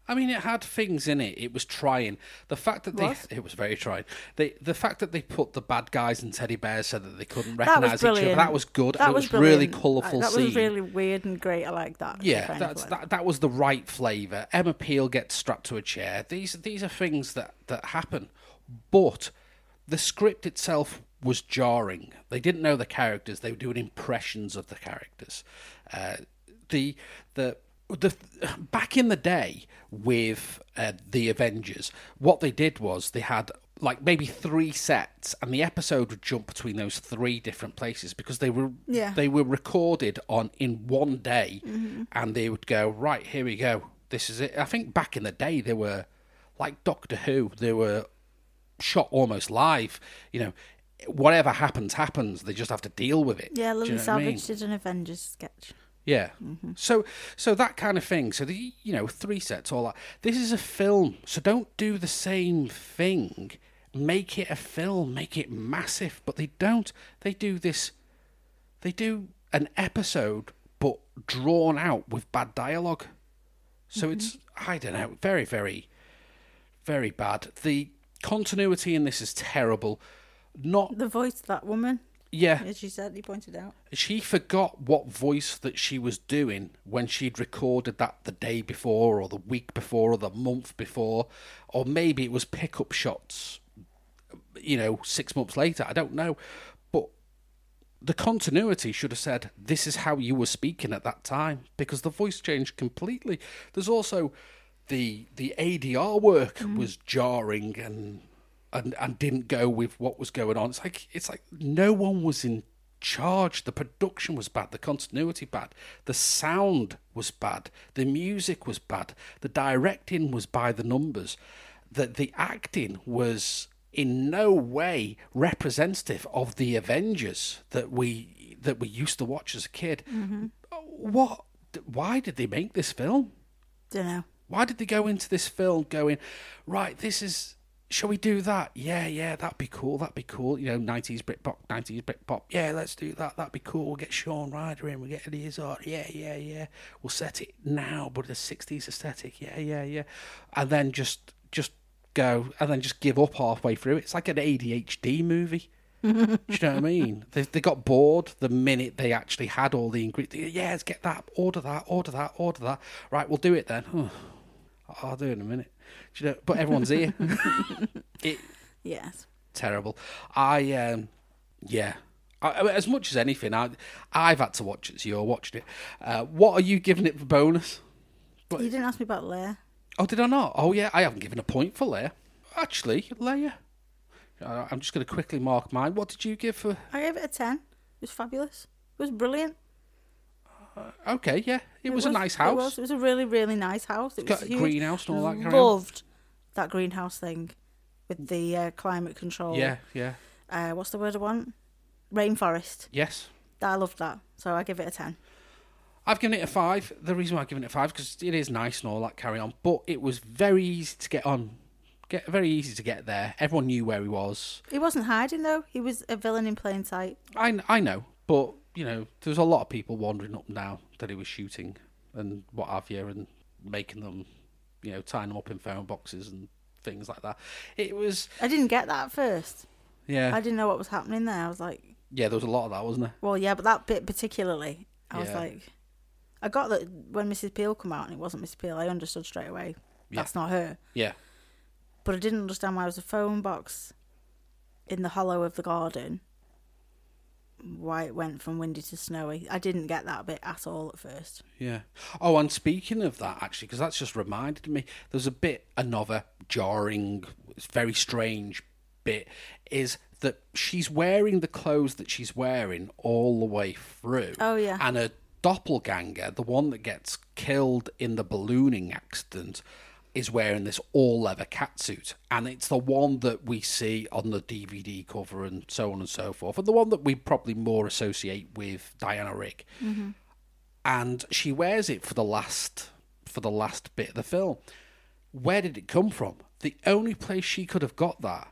I mean, it had things in it. It was trying. The fact that they Was? it was very trying. They the fact that they put the bad guys and teddy bears so that they couldn't That recognize was each other. brilliant. That was good. That and was it was really brilliant. colourful. That scene. was really weird and great. I like that. Yeah, kind of that's flip. that. That was the right flavour. Emma Peel gets strapped to a chair. These these are things that that happen, but the script itself was jarring. They didn't know the characters. They were doing impressions of the characters. Uh, the the the back in the day with uh, the Avengers, what they did was they had like maybe three sets, and the episode would jump between those three different places because they were Yeah. they were recorded on in one day, Mm-hmm. and they would go right here we go. This is it. I think back in the day they were like Doctor Who. They were shot almost live. You know, whatever happens, happens. They just have to deal with it. Yeah, Do Lily you know what I mean? Savage did an Avengers sketch. Yeah. So so that kind of thing. So the you know three sets all that. This is a film, so don't do the same thing. Make it a film, make it massive, but they don't. They do this. They do an episode, but drawn out with bad dialogue. So it's I don't know, very very, very bad. The continuity in this is terrible. Not The voice of that woman, yeah as you said, you pointed out. she forgot what voice that she was doing when she'd recorded that the day before or the week before or the month before or maybe it was pickup shots you know 6 months later i don't know but the continuity should have said this is how you were speaking at that time because the voice changed completely there's also the the ADR work was jarring and and and didn't go with what was going on it's like it's like no one was in charge the production was bad the continuity bad the sound was bad the music was bad the directing was by the numbers that the acting was in no way representative of the Avengers that we that we used to watch as a kid. What? Why did they make this film? Don't know. Why did they go into this film going, right? This is. Shall we do that? Yeah, yeah, that'd be cool. That'd be cool. You know, nineties Britpop, nineties Britpop. Yeah, let's do that. That'd be cool. We'll get Sean Ryder in. We'll get Eddie Izzard. Yeah, yeah, yeah. We'll set it now, but the sixties aesthetic. Yeah, yeah, yeah. And then just, just go, and then just give up halfway through. It's like an ADHD movie. Do you know what I mean? They, they got bored the minute they actually had all the ingredients. Yeah, let's get that, order that, order that, order that. Right, we'll do it then. Oh, I'll do it in a minute. Do you know? But everyone's here. it, Yes. terrible. I um, yeah. I, I mean, as much as anything, I I've had to watch it. So you're watching it. Uh, what are you giving it for bonus? But- You didn't ask me about Leia. Oh, did I not? Oh, yeah, I haven't given a point for Leia. Actually, Leia. Uh, I'm just going to quickly mark mine. What did you give for I gave it a 10. It was fabulous. It was brilliant. Okay, yeah, it, was, a nice It house. was, it was a really, really nice house. It Got was a huge. greenhouse and all that carry on. Loved that greenhouse thing with the uh, climate control. Yeah, yeah, Uh, what's the word I want? Rainforest. yes. I loved that. So I give it a 10. I've given it a five. The reason why I've given it a five because it is nice and all that carry on, but it was very easy to get on, get very easy to get there. Everyone knew where he was. He wasn't hiding though. He was a villain in plain sight. I I know, but you know, there was a lot of people wandering up and down that he was shooting and what have you, and making them, you know, tying them up in phone boxes and things like that. It was I didn't get that at first. yeah, I didn't know what was happening there. I was like, yeah. There was a lot of that, wasn't there? well, yeah, but that bit particularly, I was Yeah. like, I got that when Mrs. Peel come out and it wasn't Mrs. Peel. I understood straight away Yeah. that's not her. Yeah, But I didn't understand why there was a phone box in the hollow of the garden. Why it went from windy to snowy. I didn't get that bit at all at first. Yeah. Oh, and speaking of that, actually, because that's just reminded me, there's a bit another jarring, it's very strange bit is that she's wearing the clothes that she's wearing all the way through. Oh, yeah. And her doppelganger, the one that gets killed in the ballooning accident, is wearing this all leather catsuit. And it's the one that we see on the DVD cover and so on and so forth. And the one that we probably more associate with Diana Rigg and she wears it for the last for the last bit of the film. Where did it come from? The only place she could have got that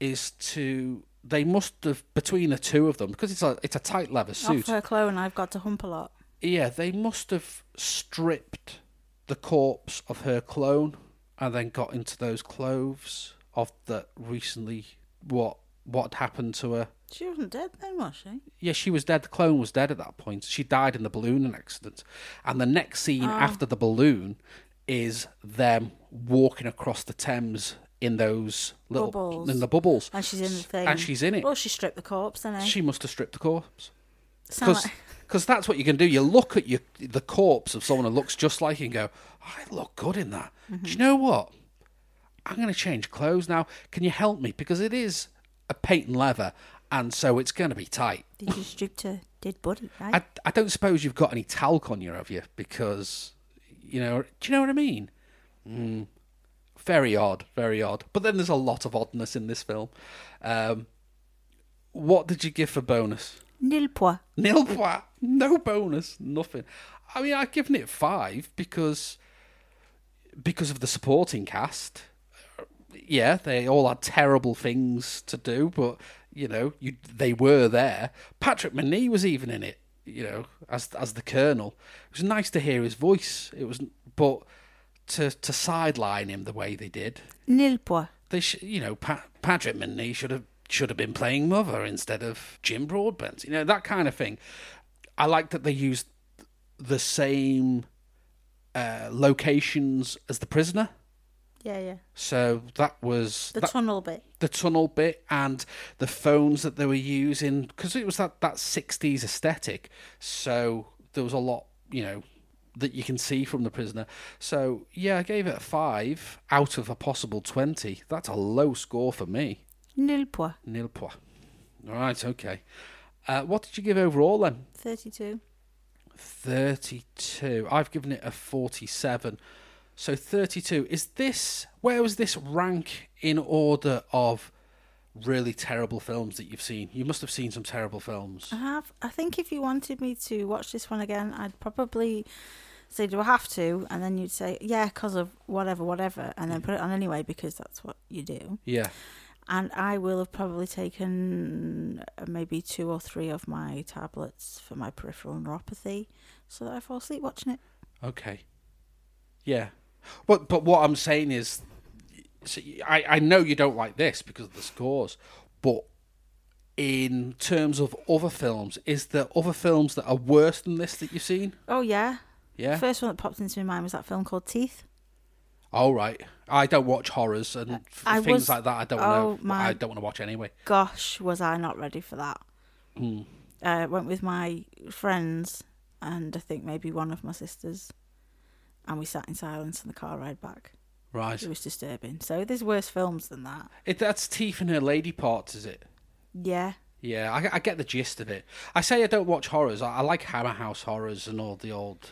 is to they must have between the two of them because it's a it's a tight leather suit. Off her clone, I've got to hump a lot. Yeah, they must have stripped the corpse of her clone and then got into those clothes of the recently what what happened to her. She wasn't dead then, was she? Yeah, she was dead. The clone was dead at that point. She died in the balloon accident. And the next scene Ah. after the balloon is them walking across the Thames in those little Bubbles. in the bubbles. And she's in the thing. And she's in it. Well, she stripped the corpse, didn't She must have stripped the corpse Sound because like, that's what you can do. You look at your the corpse of someone who looks just like you and go, I look good in that. Mm-hmm. Do you know what? I'm going to change clothes now. Can you help me? Because it is a patent leather, and so it's going to be tight. did you strip her dead body? Right? I, I don't suppose you've got any talc on you, have you? Because, you know, do you know what I mean? Mm, very odd, very odd. But then there's a lot of oddness in this film. Um, what did you give for bonus? Nil pois. Nil point, no bonus, nothing. I mean, I've given it five because because of the supporting cast. Yeah, they all had terrible things to do, but you know, you they were there. Patrick Manee was even in it, you know, as as the Colonel. It was nice to hear his voice. It was, but to to sideline him the way they did, Nil pois. they sh- you know pa- Patrick Minnie should have should have been playing Mother instead of Jim Broadbent. You know that kind of thing. I like that they used the same uh, locations as the prisoner. Yeah, yeah. So that was The that- tunnel bit. the tunnel bit and the phones that they were using because it was that that 60s aesthetic so there was a lot you know that you can see from the prisoner so yeah i gave it a 5 out of a possible 20 that's a low score for me Nil pois. nil pois all right okay uh, what did you give overall then 32. 32 i've given it a 47 so 32 is this where was this rank in order of really terrible films that you've seen you must have seen some terrible films I have. I think if you wanted me to watch this one again, I'd probably say, "Do I have to?" And then you'd say, "Yeah, because of whatever, whatever," and then put it on anyway because that's what you do. yeah And I will have probably taken uh, maybe two or three of my tablets for my peripheral neuropathy, so that I fall asleep watching it. okay yeah but but what i'm saying is so i i know you don't like this because of the scores but in terms of other films is there other films that are worse than this that you've seen Oh yeah. yeah First one that popped into my mind was that film called Teeth. All right. I don't watch horrors and f- I things was- like that. I don't oh, know. my- I don't want to watch anyway. gosh, was I not ready for that? Hmm. I went with my friends and I think maybe one of my sisters, and we sat in silence on the car ride back. Right. It was disturbing. So there's worse films than that. It, that's teeth and her lady parts, is it? Yeah, Yeah, I, I get the gist of it. I say I don't watch horrors. I, I like Hammer House horrors and all the old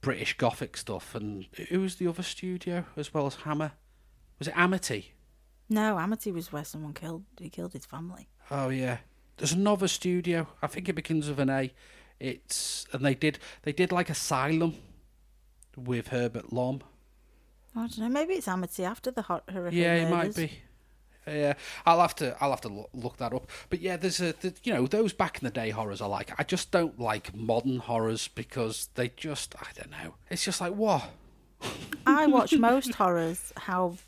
British Gothic stuff. And who was the other studio as well as Hammer? Was it Amity? no, Amity was where someone killed. He killed his family. Oh yeah. There's another studio. I think it begins with an A. It's and they did they did like Asylum with Herbert Lom. I don't know. Maybe it's Amity after the hor- horrific. Yeah, it might murders. be. Yeah, I'll have to I'll have to look, look that up. But yeah, there's a th you know those back in the day horrors I like. I just don't like modern horrors because they just I don't know. It's just like what I watch most horrors. How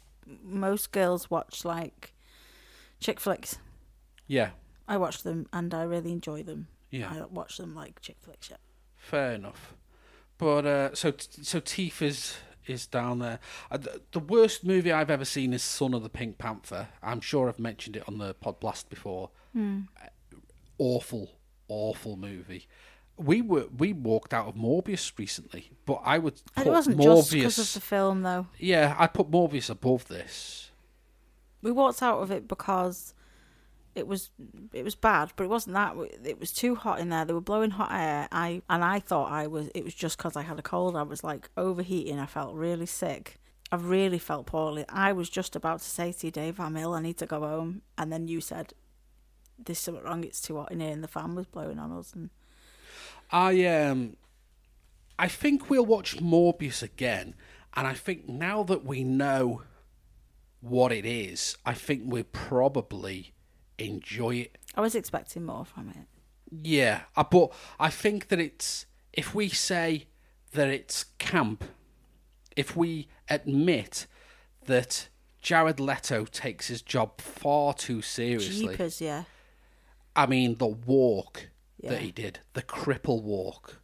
most girls watch like chick flicks. yeah I watch them and I really enjoy them. Yeah. I watch them like chick flicks. Yeah. fair enough. But uh, so so Teeth is is down there. Uh, the, the worst movie I've ever seen is Son of the Pink Panther. I'm sure I've mentioned it on the Pod Blast before. Hmm. Uh, awful, awful movie. We were we walked out of Morbius recently, but I would And put it wasn't just because of Morbius. the film, though. yeah, I put Morbius above this. We walked out of it because it was it was bad, but it wasn't that. It was too hot in there. They were blowing hot air. I and I thought I was. It was just because I had a cold. I was like overheating. I felt really sick. I really felt poorly. I was just about to say to you, Dave, I'm ill. I need to go home. And then you said, "There's something wrong. It's too hot in here." And the fan was blowing on us. And I um, I think we'll watch Morbius again, and I think now that we know what it is, I think we probably enjoy it. I was expecting more from it. Yeah, uh, I- but I think that it's if we say that it's camp, if we admit that Jared Leto takes his job far too seriously. Jeepers, yeah. I mean, the walk Yeah. that he did, the cripple walk,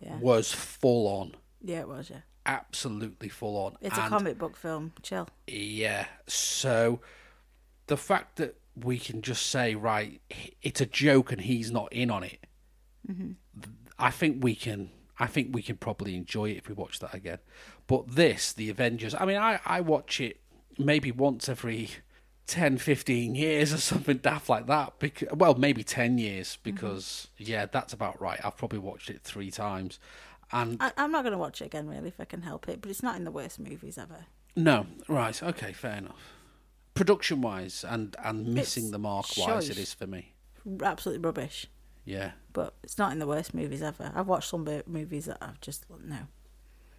Yeah. was full on, Yeah, it was, yeah. absolutely full on. It's a And, comic book film. Chill. Yeah. So the fact that we can just say, right, h- it's a joke and he's not in on it, Mm-hmm. th- I think we can. I think we can probably enjoy it if we watch that again. But this, the Avengers, I mean, I, I watch it maybe once every 10, 15 years or something daft like that. Because, well, maybe 10 Mm-hmm. years because, yeah, that's about right. I've probably watched it three times. And I, I'm not going to watch it again, really, if I can help it, but it's not in the worst movies ever. No, right, okay, fair enough. Production wise and and missing It's the mark wise, shite. it is for me. Absolutely rubbish, Yeah, but it's not in the worst movies ever. I've watched some bo- movies that I've just, no.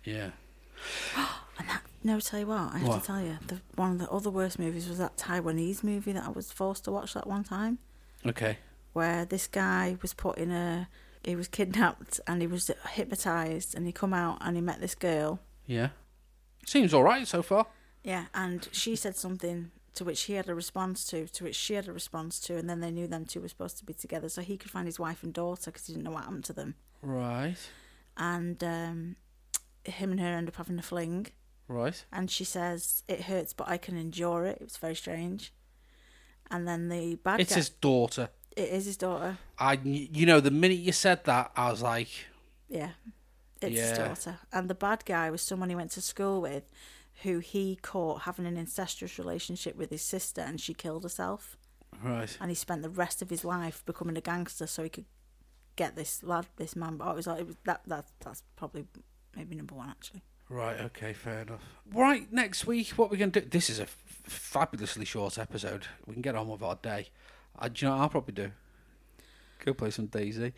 yeah. And that, no, tell you what, I have What? to tell you, the, one of the other worst movies was that Taiwanese movie that I was forced to watch that one time. Okay. where this guy was put in a he was kidnapped and he was hypnotized and he come out and he met this girl Yeah. Seems all right so far. yeah and she said something to which he had a response to to which she had a response to and then they knew them two were supposed to be together so he could find his wife and daughter because he didn't know what happened to them Right. and um, him and her end up having a fling Right. and she says it hurts but i can endure it it was very strange and then the bad It's guy his daughter. it is his daughter I you know the minute you said that, I was like, Yeah. It's his Yeah. daughter. And the bad guy was someone he went to school with who he caught having an incestuous relationship with his sister and she killed herself. right. And he spent the rest of his life becoming a gangster so he could get this lad, this man. But it was like, it was that, that, that's probably maybe number one, actually. Right, okay, fair enough. Right, next week, what we're going to do. This is a f- fabulously short episode. We can get on with our day. I, do you know what I'll probably do? Go play some Daisy.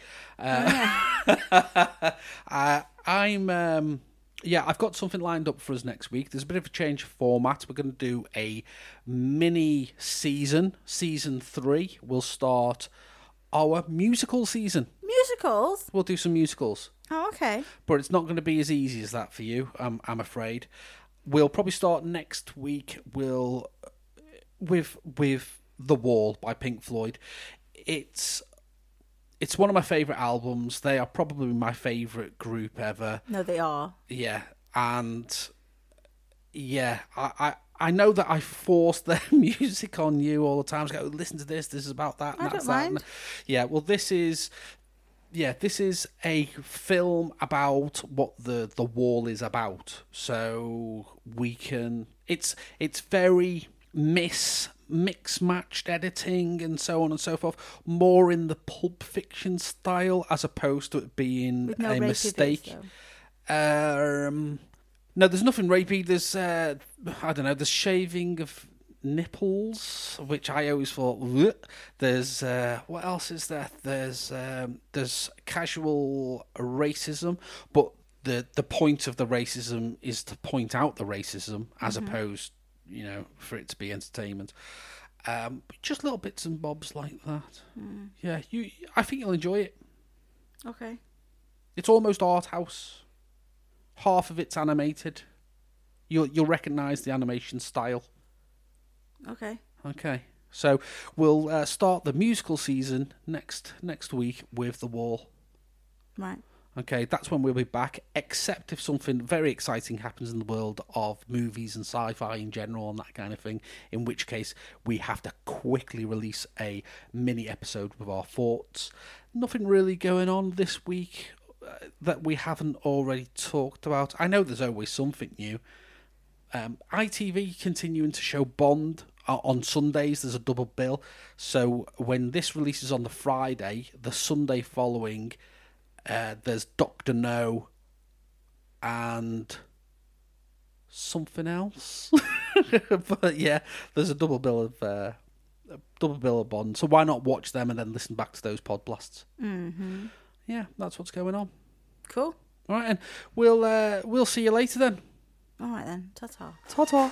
Uh, I, I'm. Um, yeah, I've got something lined up for us next week. There's a bit of a change of format. We're going to do a mini season. Season three will start our musical season. Musicals? We'll do some musicals Oh, okay. but it's not going to be as easy as that for you. I'm I'm afraid. We'll probably start next week. We'll with with the Wall by Pink Floyd. It's it's one of my favorite albums. They are probably my favorite group ever. No, they are. Yeah, and yeah, I. I I know that I force their music on you all the time. Just go listen to this. This is about that. And I that's don't that. and- mind. Yeah. Well, this is. Yeah, this is a film about what the the wall is about. So we can. It's it's very miss mix matched editing and so on and so forth. More in the pulp fiction style as opposed to it being With no a rapey bits, mistake. though. Um, no, there's nothing rapey. There's uh, I don't know. There's shaving of nipples, which I always thought. "Bleh." There's uh, what else is there? There's um, there's casual racism, but the the point of the racism is to point out the racism, as opposed, you know, for it to be entertainment. Um, but just little bits and bobs like that. Yeah, you. I think you'll enjoy it. Okay. It's almost art house. Half of it's animated. You'll you'll recognise the animation style. Okay. Okay, so we'll uh, start the musical season next next week with the Wall. Right. Okay, that's when we'll be back. Except if something very exciting happens in the world of movies and sci-fi in general and that kind of thing, in which case we have to quickly release a mini episode with our thoughts. Nothing really going on this week uh, that we haven't already talked about. I know there's always something new. Um, ITV continuing to show Bond uh, on Sundays. There's a double bill, so when this releases on the Friday, the Sunday following, uh, there's Doctor No and something else. but yeah, there's a double bill of uh, a double bill of Bond. So why not watch them and then listen back to those pod blasts? Mm-hmm. Yeah, that's what's going on. Cool. All right, and we'll uh, we'll see you later then. All right then. Ta ta. Ta ta.